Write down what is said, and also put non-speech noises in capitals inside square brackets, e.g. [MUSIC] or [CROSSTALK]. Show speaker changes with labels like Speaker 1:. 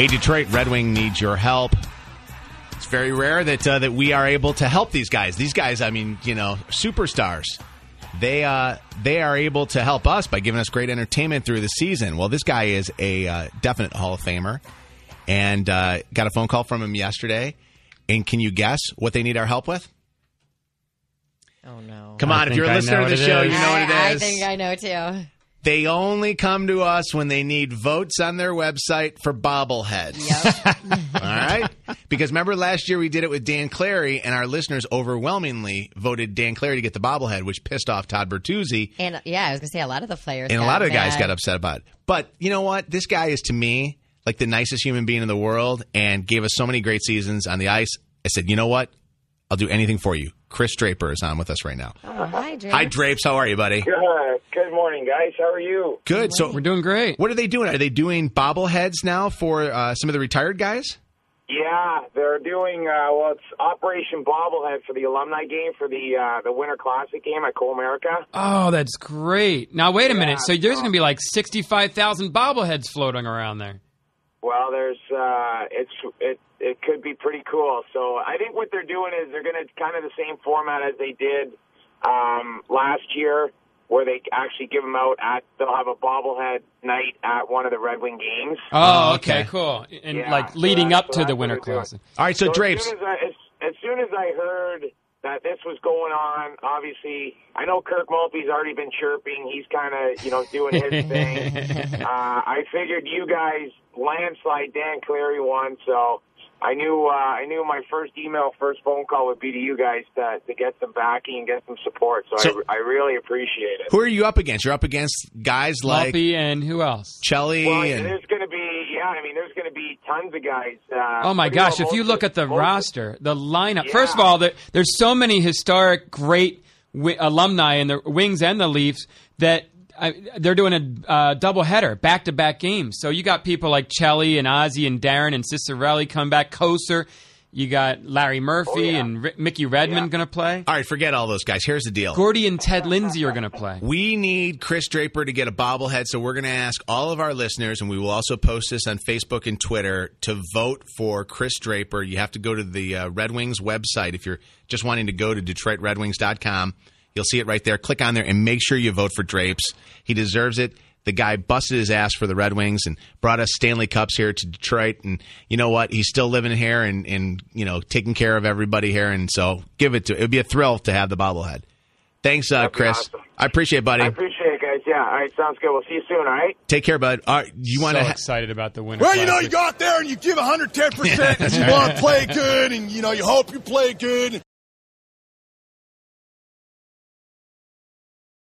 Speaker 1: A Detroit Red Wing needs your help. It's very rare that uh, that we are able to help these guys. These guys, I mean, you know, superstars. They uh, they are able to help us by giving us great entertainment through the season. Well, this guy is a uh, definite Hall of Famer, and uh, got a phone call from him yesterday. And can you guess what they need our help with?
Speaker 2: Oh no.
Speaker 1: Come on,
Speaker 3: I
Speaker 1: if
Speaker 3: think
Speaker 1: you're a
Speaker 3: I
Speaker 1: listener
Speaker 3: know
Speaker 1: to the
Speaker 3: what it
Speaker 1: show,
Speaker 3: is.
Speaker 1: you know what it is.
Speaker 2: I, I think I know too.
Speaker 1: They only come to us when they need votes on their website for bobbleheads.
Speaker 2: Yep.
Speaker 1: [LAUGHS] All right? Because remember last year we did it with Dan Clary, and our listeners overwhelmingly voted Dan Clary to get the bobblehead, which pissed off Todd Bertuzzi,
Speaker 2: and yeah, I was gonna say a lot of the players
Speaker 1: and a
Speaker 2: got
Speaker 1: lot of the guys
Speaker 2: mad.
Speaker 1: got upset about it. But you know what? This guy is to me like the nicest human being in the world and gave us so many great seasons on the ice. I said, you know what? I'll do anything for you. Chris Draper is on with us right now.
Speaker 2: Oh, hi, Drew.
Speaker 1: Hi, Drapes. How are you, buddy?
Speaker 4: Good. Good morning, guys. How are you?
Speaker 1: Good. So
Speaker 3: We're doing great.
Speaker 1: What are they doing? Are they doing bobbleheads now for uh, some of the retired guys?
Speaker 4: Yeah, they're doing uh, well. It's Operation Bobblehead for the alumni game for the uh, the Winter Classic game at Coal America.
Speaker 3: Oh, that's great. Now wait a minute. So there's going to be like sixty-five thousand bobbleheads floating around there.
Speaker 4: Well, there's uh, it's it it could be pretty cool. So I think what they're doing is they're going to kind of the same format as they did um, last year, where they actually give them out at they'll have a bobblehead night at one of the Red Wing games.
Speaker 3: Oh,
Speaker 1: Oh,
Speaker 3: okay,
Speaker 1: okay.
Speaker 3: cool. And
Speaker 4: Yeah,
Speaker 3: like
Speaker 4: so
Speaker 3: leading
Speaker 4: that's-
Speaker 3: up
Speaker 4: so
Speaker 3: to
Speaker 4: that's
Speaker 3: the
Speaker 4: what
Speaker 3: winter
Speaker 4: we're doing.
Speaker 3: classic.
Speaker 1: All right, so, Drapes.
Speaker 4: As soon as, I, as, as soon as I heard that this was going on, obviously, I know Kirk Mulpey's already been chirping. He's kind of, you know,
Speaker 3: [LAUGHS]
Speaker 4: doing his thing. Uh, I figured you guys landslide Dan Clary won, so I knew uh, I knew my first email, first phone call would be to you guys to, to get some backing and get some support. So,
Speaker 1: So-
Speaker 4: I, I really appreciate it.
Speaker 1: Who are you up against? You're up against guys like
Speaker 3: Lumpy and who else?
Speaker 1: Chelly
Speaker 4: Well,
Speaker 1: and
Speaker 4: there's going to be, yeah, I mean, there's going to be tons of guys. Uh,
Speaker 3: Oh my
Speaker 4: pretty well
Speaker 3: gosh! If you
Speaker 4: most
Speaker 3: look
Speaker 4: of-
Speaker 3: at the
Speaker 4: most of-
Speaker 3: roster, the lineup.
Speaker 4: Yeah.
Speaker 3: First of all, there, there's so many historic, great wi- alumni in the Wings and the Leafs that I, they're doing a uh, doubleheader, back-to-back games. So you got people like Chelly and Ozzy and Darren and Cicerelli come back. Koser, you got Larry Murphy
Speaker 4: Oh, yeah.
Speaker 3: and Ri Mickey Redmond going to play.
Speaker 1: All right, forget all those guys. Here's the deal.
Speaker 3: Gordy and Ted Lindsay are going to play.
Speaker 1: We need Chris Draper to get a bobblehead, so we're going to ask all of our listeners, and we will also post this on Facebook and Twitter, to vote for Chris Draper. You have to go to the uh, Red Wings website if you're just wanting to go to DetroitRedWings.com. You'll see it right there. Click on there and make sure you vote for Drapes. He deserves it. The guy busted his ass for the Red Wings and brought us Stanley Cups here to Detroit. And you know what? He's still living here and, and you know taking care of everybody here. And so give it to. It would be a thrill to have the bobblehead. Thanks, uh,
Speaker 4: That'd be
Speaker 1: Chris.
Speaker 4: awesome.
Speaker 1: I appreciate it, buddy.
Speaker 4: I appreciate it, guys. Yeah, all right, sounds good. We'll see you soon, all right?
Speaker 1: Take care, bud. All right, you want
Speaker 3: so
Speaker 1: to?
Speaker 3: excited about the winter.
Speaker 5: Well, you know,
Speaker 3: Classic.
Speaker 5: you
Speaker 1: [LAUGHS]
Speaker 5: go out there and you give 110% and you want to play good and, you know, you hope you play good.